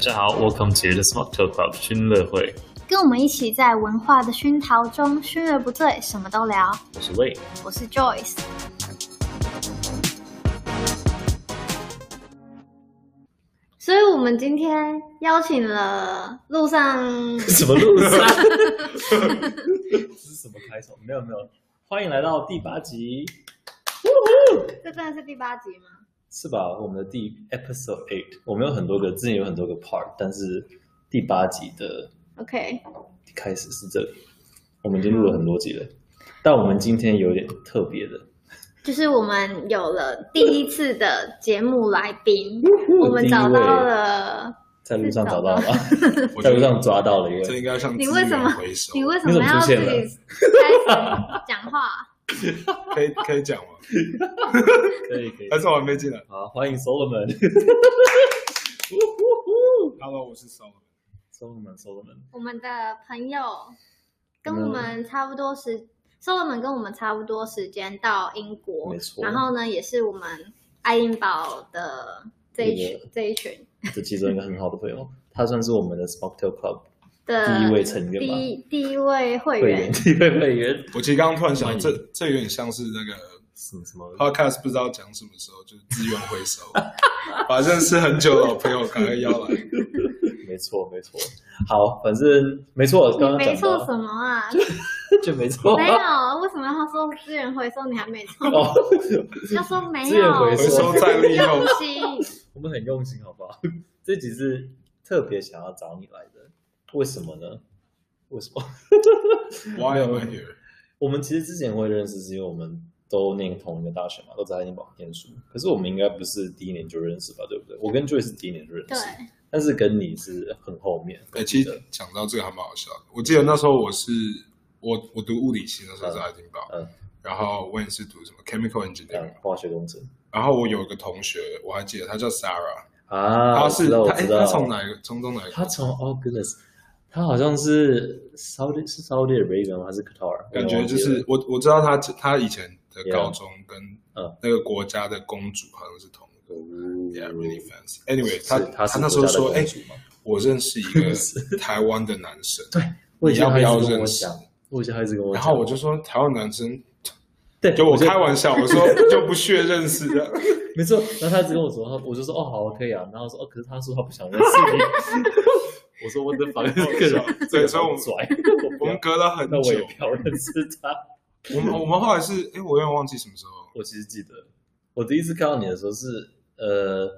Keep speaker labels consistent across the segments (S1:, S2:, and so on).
S1: 家好，Welcome to the Smart Talk Club 熏乐会，
S2: 跟我们一起在文化的熏陶中，熏而不醉，什么都聊。
S1: 我是魏。
S2: 我是 Joyce。
S3: 所以我们今天邀请了路上，
S1: 什么路上？ 这是什么开头？没有没有，欢迎来到第八集，
S3: 这真的是第八集吗？
S1: 是吧？我们的第 Episode Eight，我们有很多个，之前有很多个 part，但是第八集的
S3: OK，
S1: 开始是这里，我们已经录了很多集了，但我们今天有点特别的，
S3: 就是我们有了第一次的节目来宾，
S2: 嗯
S3: 我
S1: 第
S3: 们
S1: 一
S3: 找
S1: 位
S3: 到了。
S1: 在路上
S3: 是
S1: 找到
S3: 找到
S1: 了，
S4: 我
S1: 在
S4: 觉
S1: 路
S4: 得
S1: 上抓到了一
S4: 这
S1: 位，
S4: 应该上
S3: 你
S4: 资
S3: 为什么
S4: 源回收，
S3: 你为什
S1: 你怎
S3: 么
S1: 么
S3: 要
S1: 出
S3: 自
S1: 现
S3: 己
S1: 了
S3: 开始讲话？
S4: 可以可以讲吗？
S1: 可以可以
S4: 还。是我还没进来
S1: 好，欢迎 Solomon，Solomon，Solomon
S4: ？Hello，我是 Sol。
S1: Solomon。
S3: 我们的朋友跟
S1: 嗯
S3: 我们差不多时，Solomon 跟我们差不多时间到英国，
S1: 没错
S3: 然后呢，也是我们爱丁堡的这一
S1: 这个
S3: 群这一群
S1: 这其中一个很好的朋友，
S3: 哦
S1: 他算是我们的 Sparktail Club
S3: 的
S1: 第一位成员吧，
S3: 第一第一位会
S1: 会
S3: 员
S1: 员，，第一位会员，
S4: 我其实刚刚突然
S1: 欢迎
S4: 想，这这有点像是那个
S1: 什么什么
S4: podcast 不知道讲什么时候，就是资源回收， 把认识很久的老朋友赶快邀 来。
S1: 没错没错。好，反正没错， 刚刚
S3: 没
S1: 讲
S3: 错
S1: 到
S3: 什么啊？
S1: 就没错。
S3: 没有，为什么要说资源回收？你还没错，
S1: 哦，
S3: 要说没
S1: 资源
S3: 有
S1: 回
S4: 回
S1: 收
S4: 收 再利用
S3: 用，心。
S1: 我们很用心，好不好？这集是特别想要找你来的，为什么呢？为什么？
S4: Why am I here？
S1: 我们其实之前会认识，是因为我们都念同一个大学嘛，都在爱丁堡念书。可是我们应该不是第一年就认识吧，对不对？我跟 Joy 是第一年就认
S3: 对
S1: 识，，但是跟你是很后面。
S4: 哎、其实讲到这个还蛮好笑的。我记得那时候我是我我读物理系，那时候在爱丁堡，
S1: 嗯
S4: 然后我也是读什么 chemical
S1: 讲
S4: engineering，、
S1: 化学工程
S4: 然后我有一个同学，我还记得他叫 Sarah，、
S1: 啊，
S4: 他
S1: 我
S4: 是
S1: 知道，我
S4: 他哎、
S1: 知道，
S4: 他从哪一个从中哪一
S1: 他
S4: 个？
S1: 从 oh goodness，他好像是 Saudi 是 Saudi Arabia 吗还是 Qatar？
S4: 感
S1: 我
S4: 觉
S1: 忘记
S4: 就
S1: 了
S4: 是我我知道他他以前的
S1: Yeah
S4: 高中跟
S1: 嗯
S4: 那个国家的公主好像是同一个。Yeah, really fancy. Anyway，他
S1: 是他是
S4: 那时候说，
S1: 国家
S4: 哎
S1: 的公主吗，
S4: 我认识一 个台湾的男生，
S1: 对，我以前
S4: 你要不
S1: 他一直
S4: 要
S1: 跟我
S4: 认识
S1: 讲，我以前他一直跟我
S4: 然
S1: 讲，
S4: 后我就说台湾男生，
S1: 对，
S4: 就我
S1: 就
S4: 开玩笑，我说就不屑认识的。
S1: 没错，然后他一直跟我说，他我就说哦好可以啊，然后他说哦可是他说他不想认识 你，我说我的反正这个人
S4: 对所以我们
S1: 拽，我
S4: 我
S1: 不
S4: 们
S1: 要，
S4: 隔了很
S1: 那我也
S4: 久
S1: 不，要认识他。
S4: 我们我们后来是，哎，我有点忘记什么时候，
S1: 我其实记得，我第一次看到你的时候是呃，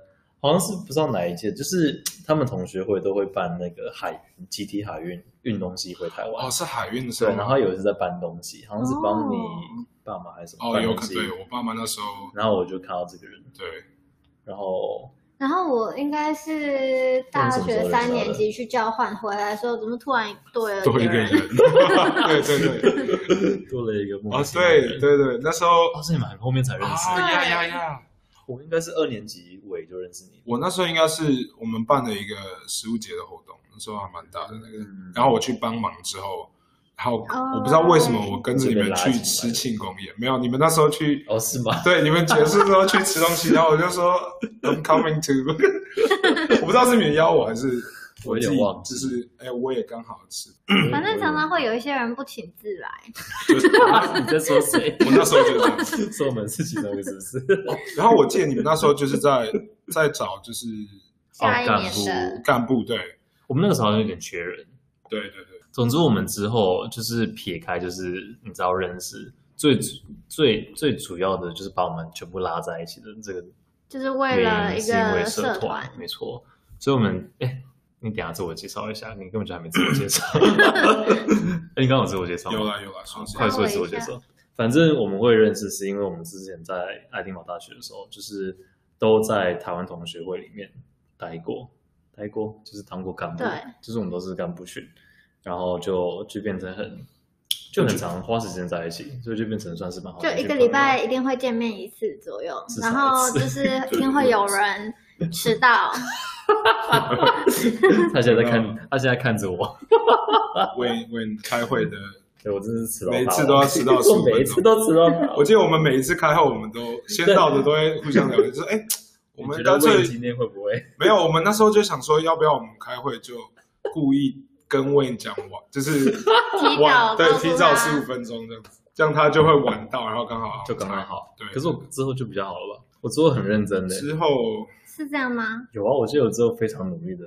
S1: 好像是不知道哪一届，就是他们同学会都会办那个海集体海运运东西回台湾，
S4: 哦，是海运的时
S1: 对，
S4: 候
S1: 然
S4: 吗，
S1: 后有一次在搬东西，好像是帮你
S3: 哦
S1: 爸妈还是什么
S4: 哦，
S1: 搬
S4: 有
S1: 东
S4: 可
S1: 西，
S4: 对我爸妈那时候，
S1: 然后我就看到这个人，
S4: 对，
S1: 然后
S3: 然后我应该是大学三年级去交换回来的时候，怎么突然多了
S4: 多一
S3: 一
S4: 个
S3: 个
S4: 人，
S3: 人？
S4: 对对对，
S1: 多了一个莫
S4: 哦
S1: 名，其妙的
S4: 对
S1: 人，
S4: 对对，那时候
S1: 哦，是你们很后面才认识，
S4: 啊呀呀呀！
S1: 我应该是二年级尾就认识你，
S4: 我那时候应该是我们办了一个食物节的活动，那时候还蛮大的那个。
S1: 嗯，
S4: 然后我去帮忙之后，然后我不知道为什么我跟着你们去吃庆功宴，没有你们那时候去，
S1: 哦是吗？
S4: 对你们结束之后去吃东西，然后我就说 I'm coming to，我不 知道是你们邀我还是
S1: 我有
S4: 自
S1: 点
S4: 己
S1: 忘，记
S4: 就是哎我也刚好吃，
S1: 嗯
S3: 反 正常常会有一些人不请自来，
S1: 哦你在说谁？
S4: 我那时候就这样。
S1: 说我们是其中一个是不是？
S4: 然后我记得你们那时候就是在在找就是
S3: 下一
S1: 干
S3: 年
S1: 部
S3: 的
S4: 干部，对
S1: 我们那个时候好像有点缺人。
S4: 对对对，
S1: 总之，我们之后就是撇开，就是你知道认识最最最主要的就是把我们全部拉在一起的这个
S3: 就是为
S1: 原
S3: 了
S1: 因，
S3: 一
S1: 是因为
S3: 个
S1: 社
S3: 团。
S1: 没错。所以，我们哎，你等一下自我介绍一下，你根本就还没自我介绍。 哎你刚刚有自我介绍吗？
S4: 有啦有啦，说起来
S1: 快速的自我介绍。反正我们会认识，是因为我们之前在爱丁堡大学的时候，就是都在台湾同学会里面待过，待过就是当过干部
S3: 对，
S1: 就是我们都是干部群，然后就就变成很就很常花时间在一起，所以就变成算是蛮好
S3: 就
S1: 的
S3: 一
S1: 群
S3: 个
S1: 朋
S3: 礼
S1: 友
S3: 拜一定会见面一次左右
S1: 至，少
S3: 然
S1: 一
S3: 后
S1: 次
S3: 就是一定会有人迟到，
S1: 他现在在看，他现在看着我，
S4: 为为开会的
S1: 对我真是迟到大
S4: 每
S1: 王，
S4: 一次都要迟到 15
S1: 我每一次
S4: 分钟
S1: 都迟到大王。
S4: 我记得我们每一次开会，我们都先到的都会互相聊天，就说：“哎、我
S1: 你
S4: 们
S1: 觉
S4: 干
S1: 得
S4: 脆
S1: 魏今天会不会？
S4: 没有，我们那时候就想说，要不要我们开会就故意跟 Wayne 讲晚， 就是
S3: 提
S4: 晚
S3: 早啊
S4: 对
S3: 告诉
S4: 提早
S3: 他
S4: 十五分钟这样子，这样他就会晚到，然后刚好
S1: 就刚刚好。
S4: 对
S1: 可是我之后就比较好了吧？我之后很认真的、
S4: 之后
S3: 是这样吗？
S1: 有啊，我记得我之后非常努力的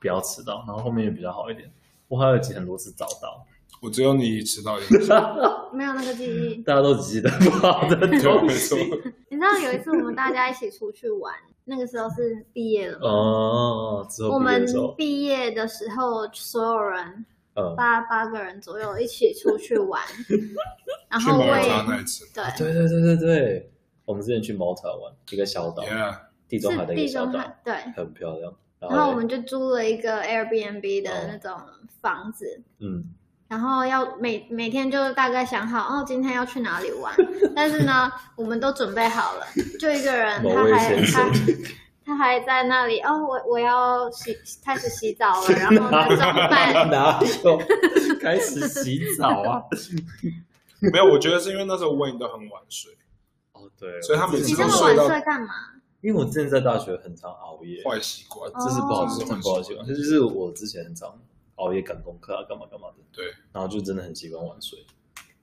S1: 不要迟到，然后后面也比较好一点。我还有几很多次早到，
S4: 我只有你迟到一 个小时，
S3: 没有那个记忆。
S1: 大家都只记得不好 的
S4: 对，
S1: 东
S4: 没
S1: 西
S4: 错。。
S3: 你知道有一次我们大家一起出去玩， 那个时候是毕业了。
S1: 哦，之后
S3: 我
S1: 毕业
S3: 们
S1: 的时候，
S3: 毕业的时候，所有人
S1: 嗯，
S3: 八八个人左右一起出去 玩，然
S4: 去
S3: 后
S4: 马
S3: 我
S4: 尔
S3: 也
S4: 他那一次
S3: 对
S1: 对对对对对，我们之前去毛塔玩一个小岛，
S4: ，Yeah，
S1: 地中海
S3: 是
S1: 的一个
S3: 地
S1: 小
S3: 中
S1: 岛，
S3: 海对。
S1: 很漂亮。然
S3: 然后
S1: 后
S3: 我
S1: 嘞
S3: 们就租了一个 Airbnb
S1: 哦
S3: 的那种房子，
S1: 嗯，
S3: 然后要每每天就大概想好哦，今天要去哪里 玩。但是呢，我们都准备好了，就一个人，
S1: 某
S3: 他
S1: 位
S3: 还
S1: 先
S3: 他
S1: 生
S3: 他还在那里哦，我我要洗开始洗澡了，然后呢怎么 办？
S1: 哪有开始洗澡啊？
S4: 没有，我觉得是因为那时候 Wayne 都很晚睡，
S1: 哦，对，
S4: 所以他每
S3: 你
S4: 次
S3: 这
S4: 都
S3: 么
S4: 睡
S3: 晚
S4: 到
S3: 睡干嘛？
S1: 因为我之前在大学很常熬夜，
S4: 坏习
S3: 啊
S4: 惯，
S1: 这是不好，这
S4: 哦
S1: 是很不好的习啊惯。这就是我之前很常熬夜赶功课啊，干嘛干嘛的，
S4: 对，
S1: 然后就真的很习惯晚睡，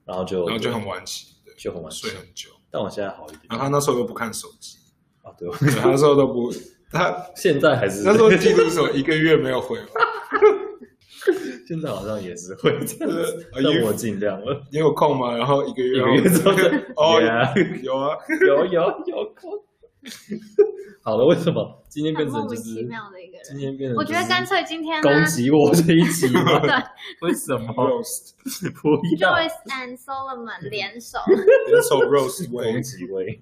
S1: 然后就
S4: 然后就很晚起，对，
S1: 就很晚睡
S4: 睡。很久。
S1: 但我现在好一点
S4: 然后他那时候又不看手机，
S1: 啊，对，我
S4: 对，他那时候都不，他
S1: 现在还是
S4: 那时候记录手一个月没有回吧，
S1: 现在好像也是会这样子，
S4: 呃
S1: 但
S4: 因为
S1: 我尽量了。
S4: 你有空吗？然后一个
S1: 一
S4: 月
S1: 个
S4: 后
S1: 月之后再
S4: 哦
S1: Yeah
S4: 有 啊，
S1: 有有有空。 好了，为什么今天变
S3: 很莫
S1: 成就
S3: 名其
S1: 是
S3: 妙的一个人
S1: 今。天变成？
S3: 我觉得干脆今天呢
S1: 攻击我这一集吗？
S3: 对
S1: 为什么
S4: roast
S1: 不要
S3: ，Joyce and Solomon 联手，
S4: 人手 roast
S1: 攻
S4: 味，
S1: 击喂？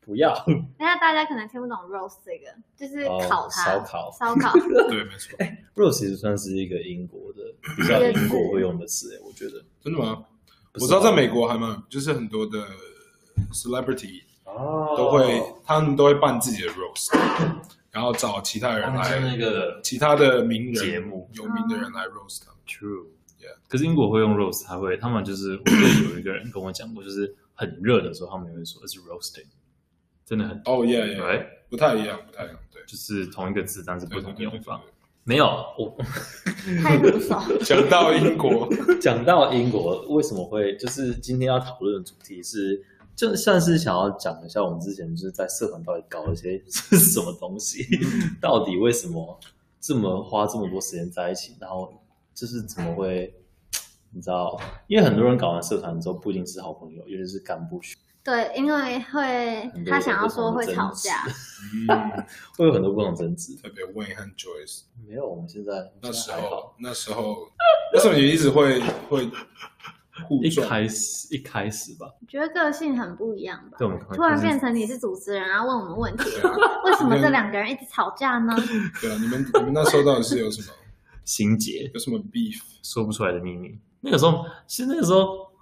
S1: 不要
S3: 等一下大家可能听不懂 roast 这个，就是
S1: 哦
S3: 烤它，
S1: 烧烤
S3: 烧烤，
S4: 对，没错，
S1: ，rose 其实算是一个英国的比较英国会用的词，哎我觉得。
S4: 真的吗？
S1: 不是啊
S4: 我知道在
S1: 吗
S4: 美国还蛮，就是很多的 celebrity
S1: 哦
S4: 都会，他们都会办自己 的 roast，然后找其他人
S1: 就
S4: 来，
S1: 那个
S4: 其他的名人
S1: 节目
S4: 有名的人来 roast 他们。
S1: True。
S4: Yeah
S1: 可是英国会用 roast，他会，他们就是，我记得有一个人跟我讲过，就是很热的时候，他们也会说 it's roasting，真的很
S4: 哦耶
S1: 对
S4: 耶，不太一样，不太一样，对，
S1: 就是同一个字，但是哎不
S4: 对
S1: 同
S4: 对
S1: 用
S4: 对
S1: 法。
S4: 对
S1: 没有，我
S3: 太毒手。
S4: 对讲到英国，
S1: 讲到英国为什么会，就是今天要讨论的主题是，就算是想要讲一下我们之前就是在社团到底搞了些是什么东西，
S3: 嗯
S1: 到底为什么这么花这么多时间在一起，然后就是怎么会，你知道，因为很多人搞完社团之后不一定是好朋友，尤其是干部学
S3: 对，因为会
S1: 很多
S3: 他想要说会吵 架，
S4: 嗯，
S1: 会有很多不同争执。
S4: 特别 Wayne 和 Joyce
S1: 没有，我们现在
S4: 那时
S1: 现在还好
S4: 候，那时候为什么你一直会会互
S1: 一
S4: 撞？
S1: 开始一开始吧，
S3: 我觉得个性很不一样吧
S1: 对。我们可能
S3: 突然
S1: 哦就是嗯
S3: 变成你是主持人，然后问我们问题，
S4: 对啊，
S3: 为什么这两个人一直吵架呢？
S4: 对啊，你们你们那时候到底是有什么
S1: 心结，
S4: 有什么 beef？
S1: 说不出来的秘密。那个时候，其实那个时候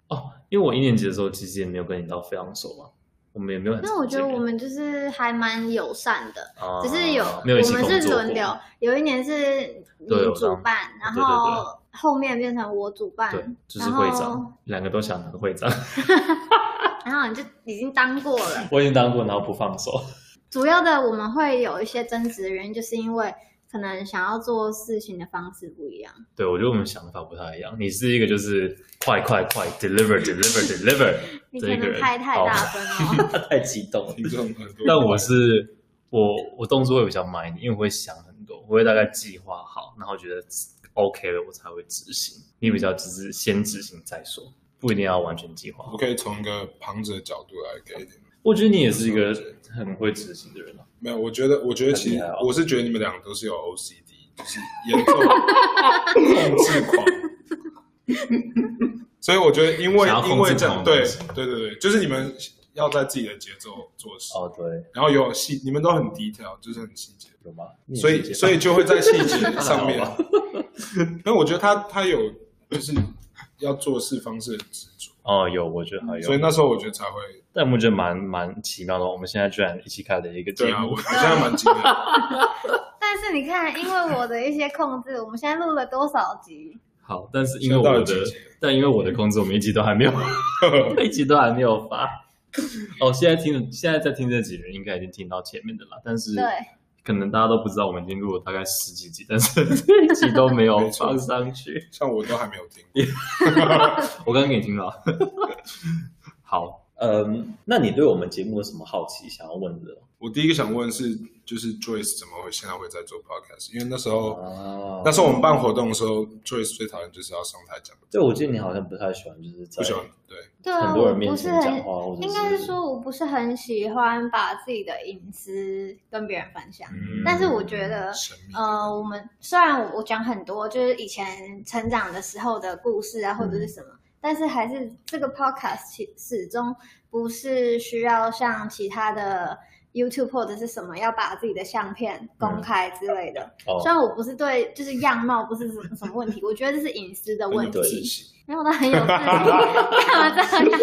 S1: 哦，因为我一年级的时候其实也没有跟你到非常熟嘛，我们也没有很
S3: 那
S1: 常
S3: 我觉得
S1: 见面
S3: 我们就是还蛮友善的，
S1: 啊
S3: 只是有
S1: 没有一
S3: 我
S1: 起
S3: 们
S1: 工
S3: 是
S1: 作
S3: 轮
S1: 过
S3: 流，有一年是
S1: 对
S3: 你
S1: 我
S3: 主
S1: 当
S3: 办，然
S1: 对对对
S3: 后后面变成我主办
S1: 对，，就是
S3: 然
S1: 会
S3: 后
S1: 长，两个都想当会长，
S3: 然后你就已经当过了。
S1: 我已经当过，然后不放手。
S3: 主要的我们会有一些争执的原因，就是因为可能想要做事情的方式不一样。
S1: 对，我觉得我们想法不太一样。你是一个就是快快快 deliver deliver deliver，
S3: 你可
S1: 这一个
S3: 能
S1: 人
S3: 开太
S1: 好
S3: 大 声哦了，
S1: 太激动了。
S4: 听众耳朵，
S1: 但我是我我动作会比较慢一点，因为我会想很多，我会大概计划好，然后觉得 OK 了，我才会执行。你比较只是先执行再说，不一定要完全计划。
S4: 我可以从一个旁者的角度来给一点。
S1: 我觉得你也是一个很会执行的人啊。
S4: 没有，我觉得，我觉得其
S1: 很厉
S4: 实
S1: 害哦
S4: 我是觉得你们两个都是有 OCD，就是严重控制狂。所以我觉得，因为
S1: 想要控制
S4: 因为这样，
S1: 狂
S4: 对
S1: 的东西
S4: 对对对，就是你们要在自己的节奏做事，
S1: 哦，对，
S4: 然后有细，你们都很低调，就是很细节，
S1: 有吗？
S4: 所以所以就会在细节 上面
S1: 还好。
S4: 因为我觉得他他有就是要做事方式的执着，
S1: 哦，有，我觉得还有。
S4: 所以那时候我觉得才会
S1: 但我觉得蛮蛮奇妙的，哦我们现在居然一起开了一个
S4: 对
S1: 节
S4: 啊，我
S1: 目
S4: 我，现在蛮惊讶的。
S3: 但是你看，因为我的一些控制，我们现在录了多少集？
S1: 好，但是因为我
S4: 现在到
S1: 的
S4: 了几集，
S1: 但因为我的工作，我们一集都还没有，一集都还没有发。哦，现在听现在在听这几人，应该已经听到前面的了，但是
S3: 对，
S1: 可能大家都不知道，我们已经录了大概十几集，但是这 一集都没有
S4: 没错
S1: 放上去。
S4: 像我都还没有听。
S1: 我刚刚给你听了。 好，嗯，那你对我们节目有什么好奇想要问的？
S4: 我第一个想问是，就是 Joyce 怎么会现在会在做 podcast？因为那时候，
S1: 哦
S4: 那时候我们办活动的时候，Joyce 最讨厌就是要上台讲，
S1: 对，我记得你好像不太喜欢，就是在
S4: 不喜欢。对，
S3: 对啊，
S1: 很多人
S3: 我
S1: 面
S3: 不是
S1: 前讲
S3: 很，
S1: 话，或者
S3: 应该是，说我不是很喜欢把自己的隐私跟别人分享。
S4: 嗯
S3: 但是我觉得
S4: 神秘。
S3: 呃，我们虽然我我讲很多，就是以前成长的时候的故事啊，或
S1: 嗯
S3: 者是什么，但是还是这个 podcast 其始终不是需要像其他的 YouTube 或者是什么要把自己的相片
S1: 嗯
S3: 公开之类的。
S1: 哦
S3: 虽然我不是对就是样貌不是什么什么问 题，我觉得这是隐私的问
S4: 很有
S1: 对
S4: 自
S1: 嗯对
S3: 题，
S4: 信，
S3: 没有到很有 自信，干嘛这样？
S1: 那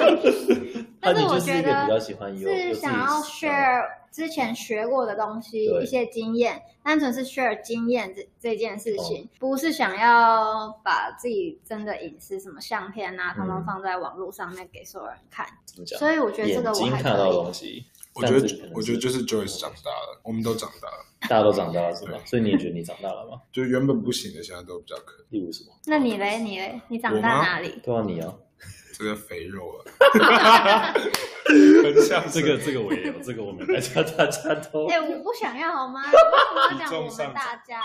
S3: 但
S1: 你
S3: 是
S1: 就
S3: 我
S1: 是一
S3: 觉
S1: 个比较
S3: 得
S1: 喜欢有有
S3: 是
S1: 自己
S3: 想要
S1: 的
S3: share 之前学过的东西，
S1: 对
S3: 一些经验，单纯是 share 经验这这件事情，
S1: 哦
S3: 不是想要把自己真的隐私什么相片啊，通
S1: 嗯
S3: 通放在网络上面给所有人看。
S1: 怎么讲？
S3: 所以我觉得这
S1: 眼
S3: 个我
S1: 睛
S3: 还
S1: 看到
S3: 可
S1: 的
S3: 以
S1: 东。西，
S4: 我觉
S1: 但是可
S4: 得
S1: 能
S4: 我觉得就是 Joyce 长大了，我们都长大了，
S1: 大家都长大了是吧？所以你也觉得你长大了吗？
S4: 就是原本不行的，现在都比较可以。
S1: 例如什么？
S3: 那你嘞？你嘞？你长
S4: 我
S3: 大
S4: 吗
S3: 哪里？
S1: 对啊，你啊，
S4: 这个肥肉 啊，很像
S1: 这个这个我也有，这个我们大家大家 都
S3: 哎、我不想要好 吗？为什么要
S4: 体
S3: 讲
S4: 重
S3: 我
S4: 上
S3: 们大家？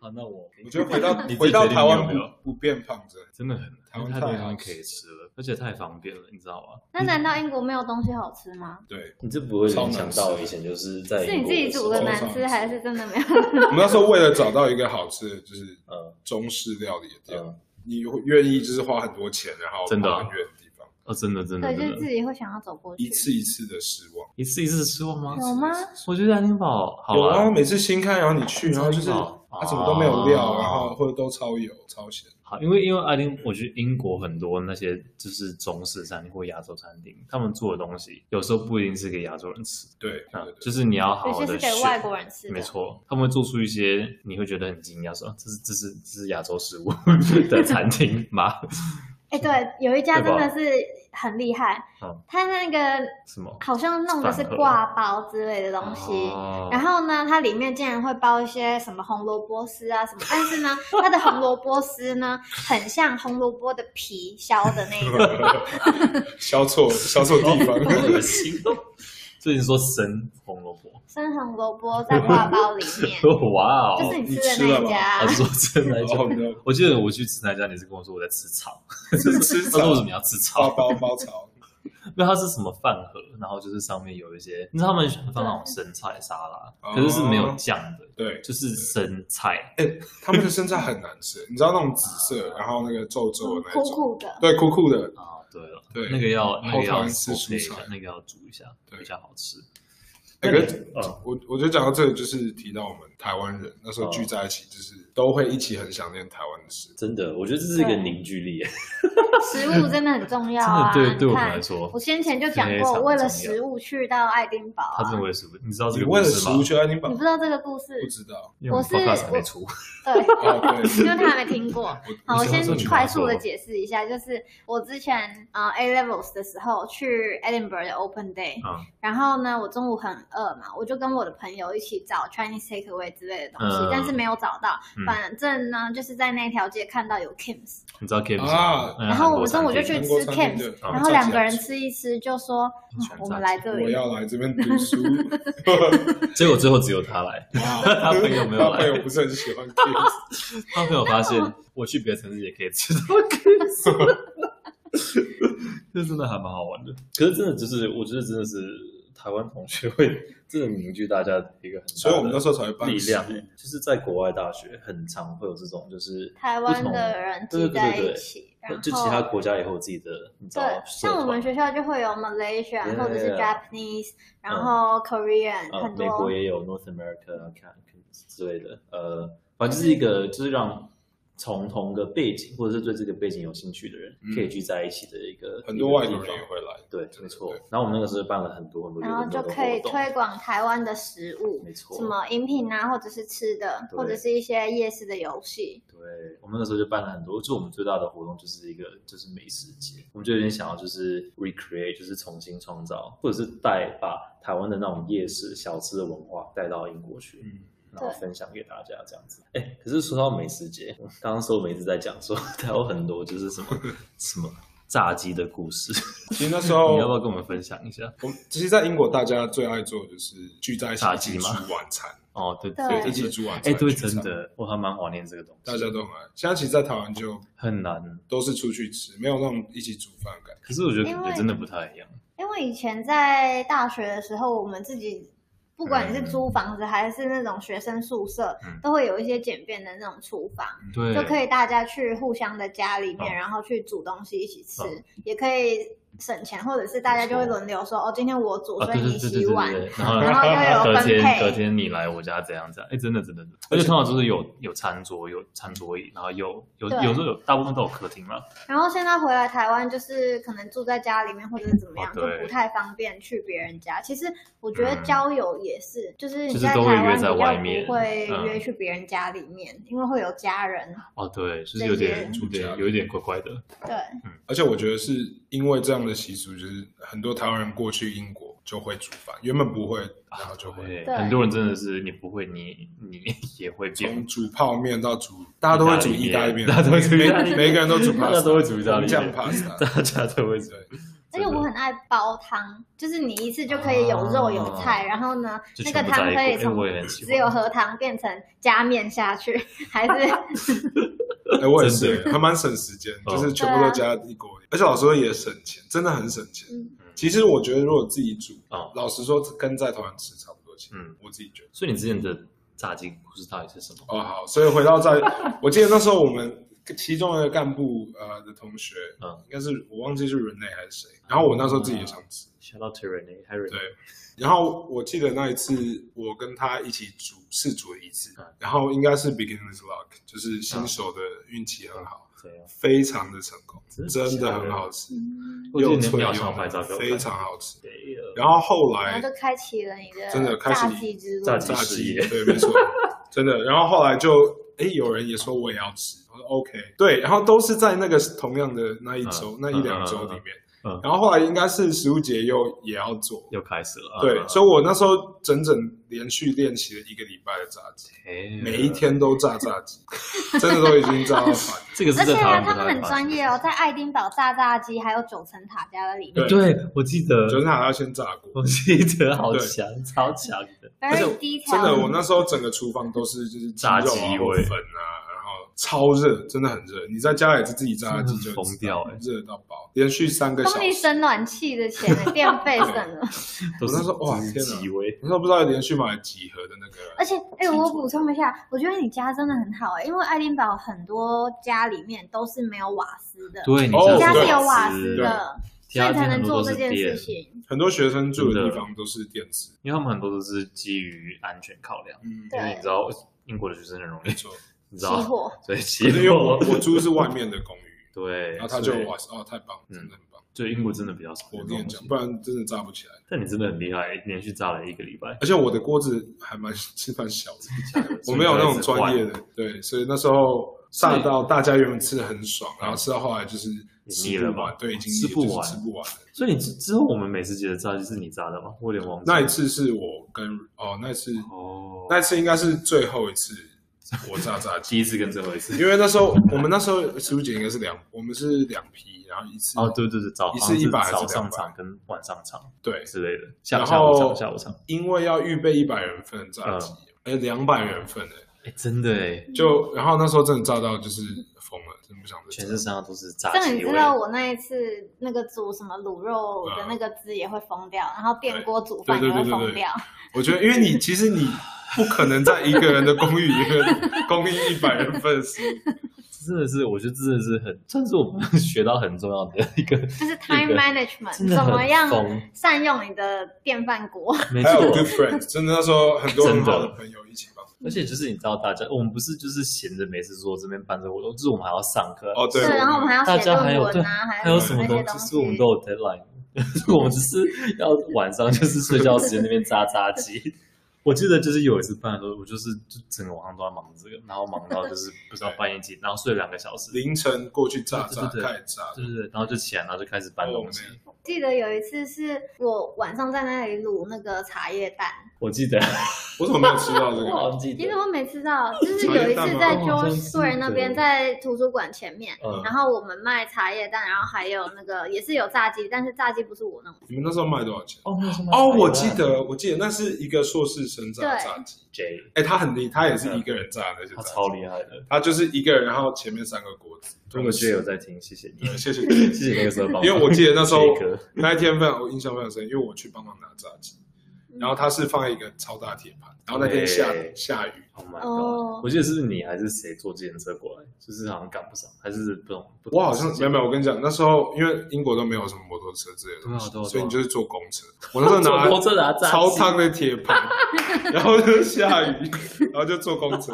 S1: 好，那我
S4: 我觉得回到
S1: 你自己
S4: 回到
S1: 决定
S4: 台
S1: 你有
S4: 湾
S1: 没有
S4: 不不啊变胖子，
S1: 真的很
S4: 台湾
S1: 太
S4: 太
S1: 多
S4: 好
S1: 东西
S4: 吃
S1: 可以吃了，而且太方便了，你知道吗？
S3: 那难道英国没有东西好吃吗？
S4: 对，
S1: 你这不会
S4: 超
S1: 联
S4: 难
S1: 想
S4: 吃
S1: 到
S4: 的
S1: 以前就是在
S3: 是
S1: 英
S3: 你
S1: 国
S3: 自己
S1: 时
S3: 煮的
S1: 候
S4: 吗
S3: 难吃，还是真的没有？
S4: 我们那时候为了找到一个好吃的，就是
S1: 嗯
S4: 中式料理的店，
S1: 嗯，
S4: 你会愿意就是花很多钱，然后
S1: 真的
S4: 跑
S1: 啊
S4: 很远的地方，
S1: 哦，真的真的
S3: 对，就
S1: 真
S3: 是自
S1: 的，
S3: 己会想要走过去。
S4: 一次一次的失望。
S1: 一次一次吃过吗？
S3: 有吗？
S1: 我觉得安宁堡好
S4: 有啊，
S1: 啊，
S4: 每次新开，然后你去，然后就是
S1: 真的哦
S4: 它怎么都没有料，
S1: 哦
S4: 然后或者都超油、超咸。
S1: 好，因为因为爱丁，我觉得英国很多那些就是中式餐厅或亚洲餐厅，他们做的东西有时候不一定是给亚洲人吃，
S4: 对，
S1: 啊
S4: 对，
S1: 就是你要好
S3: 有
S1: 好
S3: 些是
S1: 的
S3: 给
S1: 选。
S3: 外国人吃的，
S1: 没错，他们会做出一些你会觉得很惊讶，说啊这是这是这是亚洲食 物的餐厅吗？
S3: 哎、对，有一家
S1: 对
S3: 真
S1: 吧
S3: 的是很厉害
S1: 嗯，
S3: 他那个
S1: 什么
S3: 好像弄的是
S1: 饭盒
S3: 挂包之类的东西。
S1: 哦
S3: 然后呢，它里面竟然会包一些什么红萝卜丝啊什么，但是呢，它的红萝卜丝呢，很像红萝卜的皮削的那一种，
S4: 对，销错销错地方，
S1: 好恶心哦！最近说生红萝卜，
S3: 生红萝卜在挂包里面，
S1: 哇哦！
S3: 就是你啊
S4: 你
S3: 吃
S4: 吃
S3: 的那
S4: 了
S3: 一
S4: 吗
S3: 家
S1: 他。说真的，
S4: 然后你就
S1: 我记得我去吃那家，你是跟我说我在吃草，
S4: 是吃
S1: 他说为什
S4: 草
S1: 么要吃
S4: 包
S3: 哦
S1: 草？
S4: 包包草，
S1: 因为它是什么饭盒，然后就是上面有一些，你知道他们喜欢放那种生菜沙拉，
S4: 哦
S1: 可是是没有酱的，
S4: 对，
S1: 就是生菜。
S3: 哎
S4: 他们的生菜很难吃，你知道那种紫色，然后那个皱皱的那
S3: 苦
S4: 种，
S3: 苦的，
S4: 对，嗯酷酷的，
S1: 啊，对了，
S4: 对哎嗯
S1: 那个要那个
S4: 好讨
S1: 要
S4: 厌吃
S1: 对
S4: 蔬菜
S1: 那个要煮一下，
S4: 对
S1: 比较好吃。
S4: 那
S1: 那
S4: 个
S1: 你嗯
S4: 我我觉得讲到这个，就是提到我们台湾人那时候聚在一起，就是都会一起很想念台湾的食物。
S1: 真的，我觉得这是一个
S3: 对
S1: 凝聚力，
S3: 食物真的很重要
S1: 真的
S3: 啊！
S1: 对
S3: 你
S1: 对我们
S3: 看
S1: 来说
S3: 我，先前就讲
S1: 非常
S3: 过，我为
S1: 重要
S3: 了食物去到爱丁堡
S1: 它真的
S3: 啊，
S1: 为食物，你知道这
S4: 你
S1: 个
S4: 为
S1: 故
S4: 了
S1: 事
S4: 食
S1: 吗？
S4: 物去爱丁堡
S3: 你不？知道这 个故事
S4: 不？知道
S1: 因为我们
S3: 我是
S1: podcast 还没出，
S3: 对，
S4: 哦， 对，
S3: 因为他还没 听过。好，
S1: 我
S3: 我
S1: 想
S3: 先
S1: 说你跟
S3: 快
S1: 我
S3: 速的
S1: 说
S3: 解释一下，就是我之前呃 A levels 的时候去 Edinburgh 的 Open Day，
S1: 嗯
S3: 然后呢我中午很饿嘛，我就跟我的朋友一起找 Chinese takeaway 之类的东西，
S1: 嗯
S3: 但是没有找到。
S1: 嗯
S3: 反正呢就是在那条街看到有 Kim's，、
S1: 你知道 Kim
S4: 啊
S1: 然
S3: 然后我们中午就去
S4: 韩
S3: 吃
S4: 国餐厅
S3: Kim's，
S4: 对
S1: 嗯
S3: 然后两个人吃一吃就说、
S1: 很喜欢
S3: 嗯我
S1: 炸
S3: 们
S1: 鸡
S3: 来这
S4: 我
S3: 里，
S4: 要来这边读书。
S1: 结果最后只有他来，
S4: 哇
S1: 他朋友没有来
S4: 啊他朋友不是很喜欢 Kiss，
S1: 他朋友发现我去别的城市也可以吃到 这真的还蛮好玩的。可是真的就是，我觉得真的是台湾同学会真的凝聚大家一个很大的
S4: 所以我们那时候才会办
S1: 力量
S4: 食物，
S1: 就是在国外大学很常会有这种，就是
S3: 台
S1: 不
S3: 湾
S1: 同
S3: 的人
S1: 对
S3: 聚
S1: 对
S3: 在
S1: 对
S3: 一
S1: 对
S3: 起，
S1: 对，
S3: 然后
S1: 就其他国家也会有自己的，你知道
S3: 对，，
S1: 社
S3: 像我们
S1: 团
S3: 学校就会有 Malaysia
S1: Yeah,
S3: 或者是
S1: yeah, yeah.
S3: Japanese，然后 Korean，、
S1: 呃，
S3: 很
S1: 美国
S3: 多。
S1: 也有 North America 啊看之类的，呃，反正就是一
S3: 嗯
S1: 个就是让从同个背景或者是对这个背景有兴趣的人
S4: 嗯
S1: 可以聚在一起的一个
S4: 很多外国人也会来。
S1: 对，对，没错。然后我们那个时候办了很多很多有
S3: 然
S1: 的
S3: 后
S1: 没
S3: 就
S1: 有的活动，
S3: 可以推广台湾的食物，
S1: 没错
S3: 什么饮品啊，或者是吃的，
S1: 对
S3: 或者是一些夜市的游戏。
S1: 对，我们那时候就办了很多，就我们最大的活动就是一个就是美食节，我们就有点想要就是 recreate，就是重新创造，或者是带把台湾的那种夜市小吃的文化带到英国去。
S4: 嗯
S1: 然后分享给大家这样子。哎，可是说到美食节，我刚刚说每次在讲说 它有很多就是 什么什么炸鸡的故事，
S4: 其实那时
S1: 你要不要
S4: 候，
S1: 跟我们分享一下？
S4: 我们其实，在英国大家最爱做的就是聚在一起
S1: 炸
S4: 一
S1: 鸡
S4: 起
S1: 吗
S4: 煮晚餐，
S1: 哦，对
S3: 对
S4: 对，一起煮晚
S1: 哎
S4: 餐。
S1: 对，
S4: 聚餐
S1: 真，的，我还蛮怀念这个东西，
S4: 大家都很爱。现在其实，在台湾就
S1: 很难。
S4: 都是出去吃，没有那种一起煮饭的感觉。
S1: 可是我觉得
S3: 因
S1: 感
S3: 为
S1: 觉真的不太一样。
S3: 因为以前在大学的时候，我们自己不管
S1: 嗯
S3: 你是租房子还是那种学生宿舍，
S4: 嗯
S3: 都会有一些简便的那种厨房。
S1: 对，
S3: 就可以大家去互相的家里面，
S1: 嗯
S3: 然后去煮东西一起吃，
S1: 嗯
S3: 也可以省钱，或者是大家就会轮流说，哦，今天我煮，
S1: 啊，
S3: 所
S1: 对
S3: 以
S1: 对
S3: 你
S1: 对对
S3: 洗
S1: 对
S3: 碗。
S1: 对，然后
S3: 然后又有
S1: 隔
S3: 分
S1: 天
S3: 配嗯
S1: 隔天你来我家怎样怎样，哎，真的真的，真的而且通常就是有有餐桌，有餐桌椅，然后有有
S3: 对
S1: 有时候有大部分都有客厅了，
S3: 然后现在回来台湾，就是可能住在家里面或者是怎么样，
S1: 哦
S3: 就
S1: 对
S3: 不太方便去别人家。其实我觉得
S1: 嗯
S3: 交友也是，就是
S1: 就
S3: 你
S1: 是
S3: 在台
S1: 都会约
S3: 湾
S1: 在
S3: 比
S1: 外
S3: 较
S1: 面
S3: 不会
S1: 嗯
S3: 约去别人家里面，因为会有家人。
S1: 哦，对，就是
S3: 对
S1: 有点
S4: 对
S1: 有点有一点怪怪的，
S3: 对，
S4: 而且我觉得是因为这样的习俗，就是很多台湾人过去英国就会煮饭，原本不会，然后就会。
S1: 啊对，
S3: 对
S1: 很多人真的是你不会，你你也会变
S4: 从。煮泡面到煮，大家都会煮意大利面，
S1: 大家都会煮意大利面
S4: 每每个人都煮 pasta，
S1: 大家都会煮意大利面
S4: 酱 pasta，
S1: 大家都会
S4: 对，
S3: 而且我很爱煲汤，就是你一次就可以有肉有菜，
S1: 啊
S3: 然后呢，
S1: 就
S3: 那
S1: 全
S3: 个
S1: 部
S3: 汤
S1: 在一
S3: 可
S1: 锅，哎，
S3: 以从
S1: 我也很喜
S3: 只有
S1: 欢。
S3: 荷塘变成加面下去，还是
S4: 哎，我也是
S1: 真，
S4: 还蛮省时间，
S1: 嗯
S4: 就是全部都加一锅，而且老实说也省钱，真的很省钱
S3: 嗯。
S4: 其实我觉得如果自己煮
S1: 嗯，
S4: 老实说跟在台湾吃差不多钱，
S1: 嗯
S4: 我自己觉得。
S1: 所以你之前的炸鸡故事到底是什么？
S4: 哦，好，所以回到在，我记得那时候我们其中一个干部呃的同学，
S1: 嗯
S4: 应该是我忘记是人类还是谁，然后我那时候自己也想吃，
S1: Shout out to Rene, Harry。
S4: 对，然后我记得那一次我跟他一起煮试煮了一次
S1: 嗯，
S4: 然后应该是 beginner's luck，就是新手的运气很好，
S1: 怎样？
S4: 非常的成功，
S1: 嗯真的假的
S4: 真的很好吃，
S3: 嗯
S1: 我记得
S4: 又
S1: 你
S4: 脆
S1: 秒
S4: 又
S1: 上拍照给
S4: 嫩
S1: 我
S4: 非
S1: 看。
S4: 常好吃。
S1: 没有
S4: 然后后
S3: 然后
S4: 来
S3: 就开启了你的
S4: 哎真的开启
S3: 炸鸡之路。
S1: 炸鸡
S4: 炸
S1: 事
S4: 鸡，
S1: 业
S4: 对，没错，真的。然后后来就诶，有人也说我也要吃，我说 OK，对，然后都是在那个同样的那一周、
S1: 嗯
S4: 那一两周里面。
S1: 嗯嗯嗯嗯
S4: 然后后来应该是食物节又也要做，
S1: 又开始了。
S4: 对，
S1: 啊
S4: 所以我那时候整整连续练习了一个礼拜的炸鸡，
S1: 哎
S4: 每一天都炸炸鸡， 真的都已经炸到烦。
S1: 这个是
S3: 而且
S1: 在台
S3: 啊，
S1: 湾不
S3: 他们
S1: 太
S3: 很
S1: 发生
S3: 专业哦，在爱丁堡炸炸鸡还有九层塔加的里面
S4: 对
S1: 对，我记得，
S4: 昨天还要先炸过，
S1: 我记得好
S4: 对
S1: 强，超强的。
S4: 而且
S3: ，very detailed。
S4: 真的，我那时候整个厨房都是就是鸡肉
S1: 炸
S4: 啊
S1: 鸡味
S4: 或粉啊，然后超热，真的很热。你在家里是自己炸鸡就
S1: 真的疯掉欸
S4: 热到爆，连续三个小
S3: 终于
S4: 时。
S3: 省暖气的钱，电费省 了。
S1: 都是
S4: 我那时候哇
S1: 都是
S4: 天哪
S1: 几位
S4: 你都不知道连续买几盒的那
S3: 而
S4: 个，
S3: 且， 哎、我补充一下，我觉得你家真的很好哎、因为爱丁堡很多家里面都是没有瓦斯的，
S1: 对，你
S4: 哦
S3: 你家
S4: 对
S3: 是有瓦斯
S4: 对
S3: 的，
S1: 其
S3: 所
S1: 他
S3: 以才
S1: 店很
S3: 能
S1: 多
S3: 做
S1: 都
S3: 这
S1: 是
S3: 件
S1: 电
S3: 事，情。
S4: 很多学生住的地方都是电子。
S1: 因为他们很多都是基于安全考量，
S4: 嗯，
S1: 因
S3: 对
S1: 为你知道英国的学生很容易
S4: 没，错。
S1: 你知
S3: 起
S1: 道，
S3: 火，
S1: 所以起
S4: 因为我
S1: 火。
S4: 我住的是外面的公寓，
S1: 对，
S4: 然后他就
S1: 所以
S4: 哇哦太棒，
S1: 嗯
S4: 真的很棒，
S1: 就英国真的比较少这
S4: 我
S1: 种
S4: 跟你
S1: 东
S4: 讲，
S1: 西。
S4: 不然真的炸不起来。
S1: 但你真的很厉害，连续炸了一个礼拜。
S4: 而且我的锅子还蛮 是蛮小 的，我
S1: 所以
S4: 没有那
S1: 就
S4: 种
S1: 一直换
S4: 专业的，对，所以那时候炸到大家原本吃的很爽，然后吃到后来就是
S1: 腻
S4: 吃
S1: 了
S4: 不
S1: 吧
S4: 完，对，已经
S1: 吃
S4: 腻了
S1: 不
S4: 就是
S1: 完
S4: 吃不完了。
S1: 所以你之之后我们美食节的炸鸡是你炸的吗？我有点忘记。
S4: 那一次是我跟哦，那一次
S1: 哦，
S4: 那一次应该是最后一次我炸炸 鸡，
S1: 第一次跟最后一次。
S4: 因为那时候我们那时候食物节应该是两，我们是两批，然后一次
S1: 哦，对对对，早
S4: 一次
S1: 好像是
S4: 100还是
S1: 早上
S4: 200
S1: 场跟晚上场
S4: 对，
S1: 之类的，下
S4: 然
S1: 下午
S4: 后
S1: 场下午场。
S4: 因为要预备一百人份的
S1: 嗯
S4: 炸鸡，哎，两百人份的，
S1: 哎，真的哎，
S4: 就然后那时候真的炸到就是疯了，真不想再
S1: 全
S4: 炸。
S1: 身上下都是炸
S3: 这样
S1: 鸡
S3: 你
S1: 味
S3: 知。道我那一次那个煮什么卤肉的那个汁也会疯掉，然后电锅煮饭也会
S4: 啊对对对对
S3: 疯
S4: 对
S3: 掉。
S4: 我觉得，因为你其实你不可能在一个人的公寓里面 供应一百人份的食物，
S1: 真的是，我觉得真的是很，算是我们 学到很重要的一个，
S3: 就是 time
S1: 真
S3: management
S1: 的
S3: 嗯怎么样
S1: 很疯，
S3: 善用你的电饭锅。
S1: 没
S4: 还有
S1: 错。
S4: good friends，真的那时候很多
S1: 真
S4: 很
S1: 的
S4: 好的朋友一起帮忙。
S1: 而且就是你知道，大家我们不是就是闲着没事做，这边办这个活动，就是我们还要上课，
S4: 哦，对，
S3: 然后我们还要
S1: 大
S3: 写
S1: 家还
S3: 论
S1: 有对
S3: 文啊，
S1: 还有
S3: 有
S1: 什么
S3: 那些
S1: 东西，
S3: 西
S1: 是我们都有 deadline。 我们只是要晚上就是睡觉时间那边扎扎鸡。 我记得就是有一次办的时候，我就是就整个晚上都在忙这个，然后忙到就是不知道半夜几，然后睡了两个小时，
S4: 凌晨过去炸炸
S1: 对对对
S4: 盖炸，
S1: 对对对，然后就起来，然后就开始搬
S4: 哦
S1: 东西。
S3: 记得有一次是我晚上在那里卤那个茶叶蛋，
S1: 我记 得，嗯
S4: 我怎么没有吃到这
S1: 我
S4: 个？
S1: 好像记哦得
S3: 其实，我每次到，就是有一次在
S1: 茶叶蛋吗
S3: George Square 那边，
S1: 哦
S3: 在图书馆前面，
S1: 嗯
S3: 然后我们卖茶叶蛋，然后还有那个也是有炸鸡，但是炸鸡不是我弄的，
S4: 你们那时候卖多少钱？
S1: 哦，那是卖
S4: 哦，我
S1: 茶
S4: 记
S1: 叶蛋
S4: 得，我记得那是一个硕士生炸
S3: 对
S4: 炸鸡，
S1: J，
S4: 哎，他很厉，他也是一个人炸那些炸
S1: 他
S4: 鸡，
S1: 超厉害的。
S4: 他就是一个人，然后前面三个锅子。
S1: 如果 J 有在听，谢谢你，
S4: 谢谢。
S1: 谢谢那个时候帮忙。
S4: 因为我记得那时候
S1: J 哥
S4: 那一天非常我印象非常深，因为我去帮忙拿炸鸡，然后他是放在一个超大铁盘，然后那天下
S1: 对
S4: 下雨，
S1: ，Oh my
S3: 哦
S1: god！我记得是你还是谁坐计程车过来，就是好像赶不上，还是不懂。不懂
S4: 我好像没有没有，我跟你讲，那时候因为英国都没有什么摩托车之类的东西，
S1: 对啊对啊对啊
S4: 所以你就是坐公车。我那时候拿
S1: 坐公车拿炸鸡
S4: 超烫的铁 盘，然后就下雨，然后就坐公车。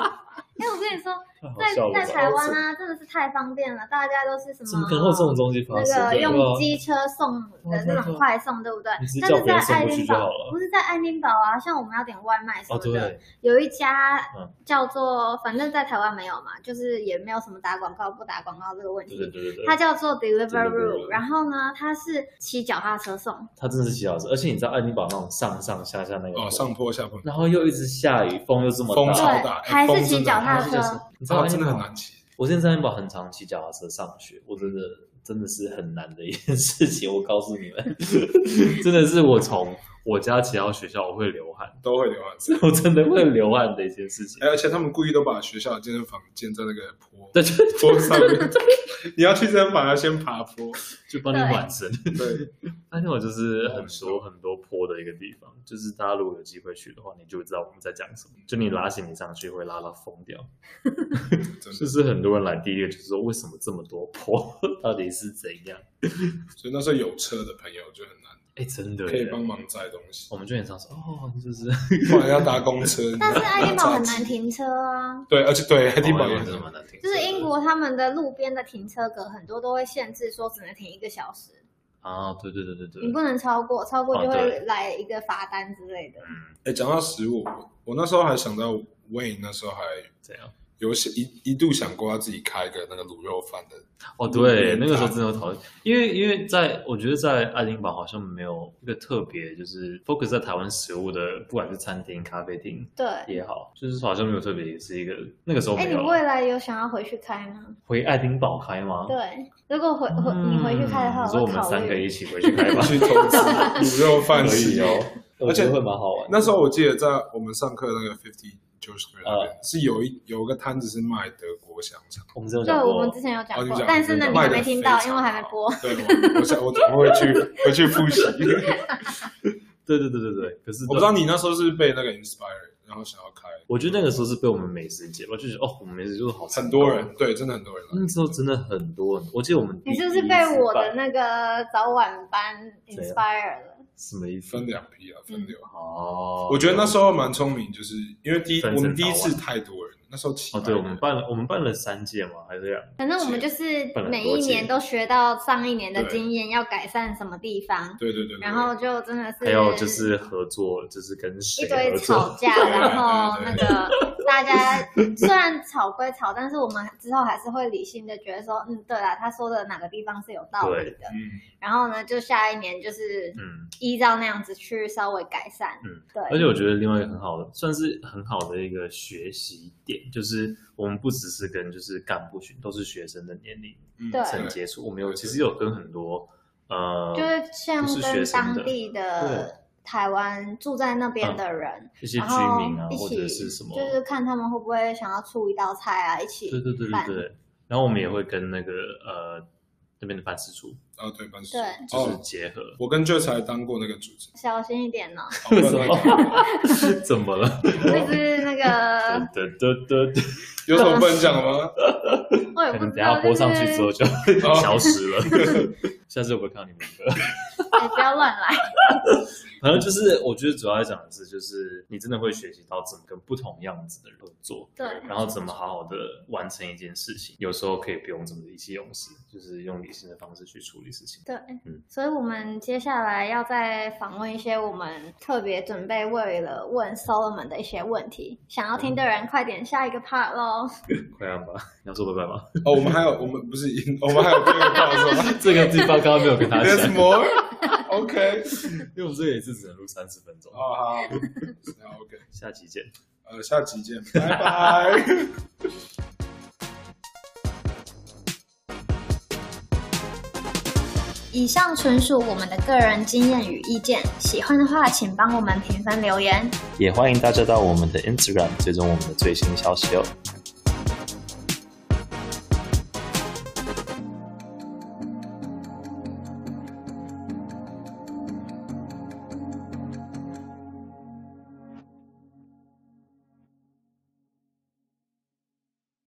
S3: 哎，我跟你说，
S1: 太好笑
S3: 在
S1: 了吧
S3: 在台湾啊，真的是太方便了，大家都是什
S1: 怎么可能会有这种东西发生？
S3: 那个
S1: 对吧哦
S3: 用机车送的那种快送，对不对
S1: 你直？接
S3: 但
S1: 叫
S3: 是
S1: 别人
S3: 在
S1: 送
S3: 爱
S1: 过去
S3: 丁
S1: 就好
S3: 堡
S1: 了
S3: 不是在爱丁堡啊，像我们要点外卖什
S1: 哦，
S3: 么的，
S1: 对，
S3: 有一家
S1: 嗯
S3: 叫做反正在台湾没有嘛，就是也没有什么打广告不打广告这个问
S1: 对对
S3: 题。
S1: 对对对，
S3: 它叫做 Deliveroo，
S1: Deliveroo
S3: 然后呢，它是骑脚踏车送，
S1: 他真的是骑小时，而且你知道爱丁堡那种上上下下那个
S4: 哦，上坡下坡，
S1: 然后又一直下雨，风又这么
S4: 风
S1: 大，
S4: 超
S3: 对
S4: 大，
S3: 还
S4: 哎
S3: 是
S4: 风
S3: 骑
S4: 真的
S3: 脚
S4: 很
S3: 踏
S4: 大
S1: 然后就是
S3: 车。
S1: 你知道
S4: 啊
S1: 爱
S4: 真
S1: 丁
S4: 的很
S1: 堡
S4: 难骑。
S1: 我之前在爱丁堡很常骑脚踏车上学，我真的真的是很难的一件事情。我告诉你们， 真的是我从我家骑到学校，我会流汗，
S4: 都会流汗水，
S1: 我真的会流汗的一件事情
S4: 哎。而且他们故意都把学校的健身房建在那个坡
S1: 对，就
S4: 坡上面， 你要去健身房要先爬坡，
S1: 就帮你暖身。
S4: 对，
S1: 爱丁堡就是很多很多坡的一个地方，就是大家如果有机会去的话，你就会知道我们在讲什么。就你拉行李上去会拉到疯掉，
S4: 真
S1: 就
S4: 的。
S1: 是很多人来第一个就是说为什么这么多坡， 到底是怎样？
S4: 所以那时候有车的朋友就很难，
S1: 哎，真的耶，
S4: 可以帮忙载东西，
S1: 我们就很常说哦， 就是
S4: 不然要搭公车。
S3: 但是爱丁堡很难停车啊，
S4: 对，而且对，爱丁堡也
S1: 也
S4: 很
S1: 是
S4: 难
S1: 蛮难听，
S3: 就是英国他们的路边的停车格很多都会限制说只能停一个小时，
S1: 啊，对对对对对，
S3: 你不能超过，超过就
S1: 哦
S3: 会
S1: 对嗯
S3: 来一个罚单之类的。
S4: 哎、讲到食物，我那时候还想到 Wayne 那时候还
S1: 怎样？
S4: 有想一一度想过要自己开一个那个卤肉饭的，
S1: 哦，对，那个时候真的有讨论，因为因为在我觉得在爱丁堡好像没有一个特别就是 focus 在台湾食物的，不管是餐厅、咖啡厅
S3: 对，
S1: 也好，就是好像没有特别是一个那个时候
S3: 哎，
S1: 没
S3: 你
S1: 有啊
S3: 未来有想要回去开吗？
S1: 回爱丁堡开吗？
S3: 对，如果回
S4: 嗯
S3: 回你回去开的话，
S1: 哦嗯你说我
S3: 会
S1: 们
S3: 考
S1: 三个
S3: 虑。
S1: 一起回去开 吧，
S4: 去投资卤肉饭
S1: 可
S4: 是
S1: 以哦。，
S4: 而且
S1: 我觉得会蛮好玩的。
S4: 那时候我记得在我们上课那个 Fifty Joe Square 那边、
S1: 呃
S4: 是有一有个摊子是卖德国香肠，
S1: 我们之前有
S3: 对，
S1: 讲过，
S3: 我们之前有讲
S4: 哦你
S3: 过
S4: 讲，
S3: 但是呢，
S1: 你
S3: 你
S1: 讲
S3: 还
S4: 卖的
S3: 没听到，因为还没播。。
S4: 对，我我想我我会去回去复习。
S1: 对对对对对，可是
S4: 我不知道你那时候是不是被那个 inspire，然后想要开，
S1: 我觉得那个时候是被我们美食节吧，就是哦，我们美食就是好成
S4: 很
S1: 功
S4: 多人对，真的很多人来。
S1: 那时候真的很多人，我记得我们
S3: 你
S1: 第
S3: 是不是
S1: 一
S3: 被
S1: 次
S3: 我的
S1: 办
S3: 那个早晚班
S1: 怎样
S3: inspire 了？
S1: 什么意思？
S4: 分两批啊，
S1: 嗯
S4: 分流。
S1: 哦，
S4: 我觉得那时候蛮聪明，就是因为第一
S1: 分
S4: 我
S1: 成
S4: 们第一
S1: 早晚
S4: 次太多人，那时候七
S1: 哦，
S4: 百
S1: 对，我
S4: 人
S1: 们办了，我们办了三届嘛，还是这样？
S3: 反正我们就是
S1: 本来
S3: 每
S1: 多
S3: 一
S1: 节
S3: 年都学到上一年的
S4: 对
S3: 经验，要改善什么地方，
S4: 对对对对，
S3: 然后就真的是
S1: 还有就是合作，就是跟谁
S3: 一堆
S1: 合
S3: 吵
S1: 作？
S3: 架，
S4: 对
S3: 然后
S4: 对
S3: 那
S4: 对
S3: 个大家虽然吵归吵，但是我们之后还是会理性的觉得说，嗯，对啦，他说的哪个地方是有道理的。
S4: 嗯，
S3: 然后呢，就下一年就是
S1: 嗯，
S3: 依照那样子去稍微改善。
S1: 嗯，
S3: 对。
S1: 而且我觉得另外一个很好的，算是很好的一个学习点，就是我们不只是跟就是干部群，都是学生的年龄
S4: 嗯
S3: 对
S1: 层接触，我们有其实有跟很多呃，
S3: 就是像
S1: 不是学
S3: 跟
S1: 生的
S3: 当地
S1: 对嗯
S3: 的台湾住在那边的人，
S1: 一些居
S3: 然后
S1: 民啊，
S3: 一
S1: 或
S3: 起
S1: 者是什么，
S3: 就是看他们会不会想要出一道菜啊，一起
S1: 对对对对
S3: 办嗯
S1: 对。然后我们也会跟那个呃那边的办事处
S4: 啊对，班师
S3: 对，
S1: 就是
S4: 哦，
S1: 结合。
S4: 我跟 Joe 才当过那个主 持人
S3: 小心一点呢、
S4: 哦不然那个，
S1: 怎么了？
S3: 那是 那个
S1: 得得得得，
S4: 有什么不能讲的吗？
S3: 我也
S1: 可
S3: 不
S1: 能
S3: 知
S1: 等下
S3: 道，
S1: 播
S3: 就
S1: 上去之
S3: 是
S1: 后就 消失了。下次我不会看到你们的。
S3: 哎不要乱来。
S1: 反正就是我觉得主要要讲的是，就是你真的会学习到怎么跟不同样子的人合作，
S3: 对
S1: 然后怎么好好的完成一件事情。有时候可以不用这么意气用事，就是用理性的方式去处理事情。
S3: 对，
S1: 嗯
S3: 所以我们接下来要再访问一些我们特别准备为了问 Solomon 的一些问题，想要听的人快点下一个 part 喽。
S1: 快按吧，你要说拜拜吗？
S4: 哦，我们还有我们不是赢， 我们还有第二炮是吗
S1: 这个地方刚刚没有跟大家
S4: ？There's
S1: 讲，
S4: more。OK，
S1: 因为我们这个也是只能录三十分钟
S4: 哦。好，那 OK，
S1: 下期见。
S4: 呃，下集 见，拜拜。
S3: 以上纯属我们的个人经验与意见，喜欢的话请帮我们评分留言。
S1: 也欢迎大家到我们的 Instagram 追踪我们的最新消息哦。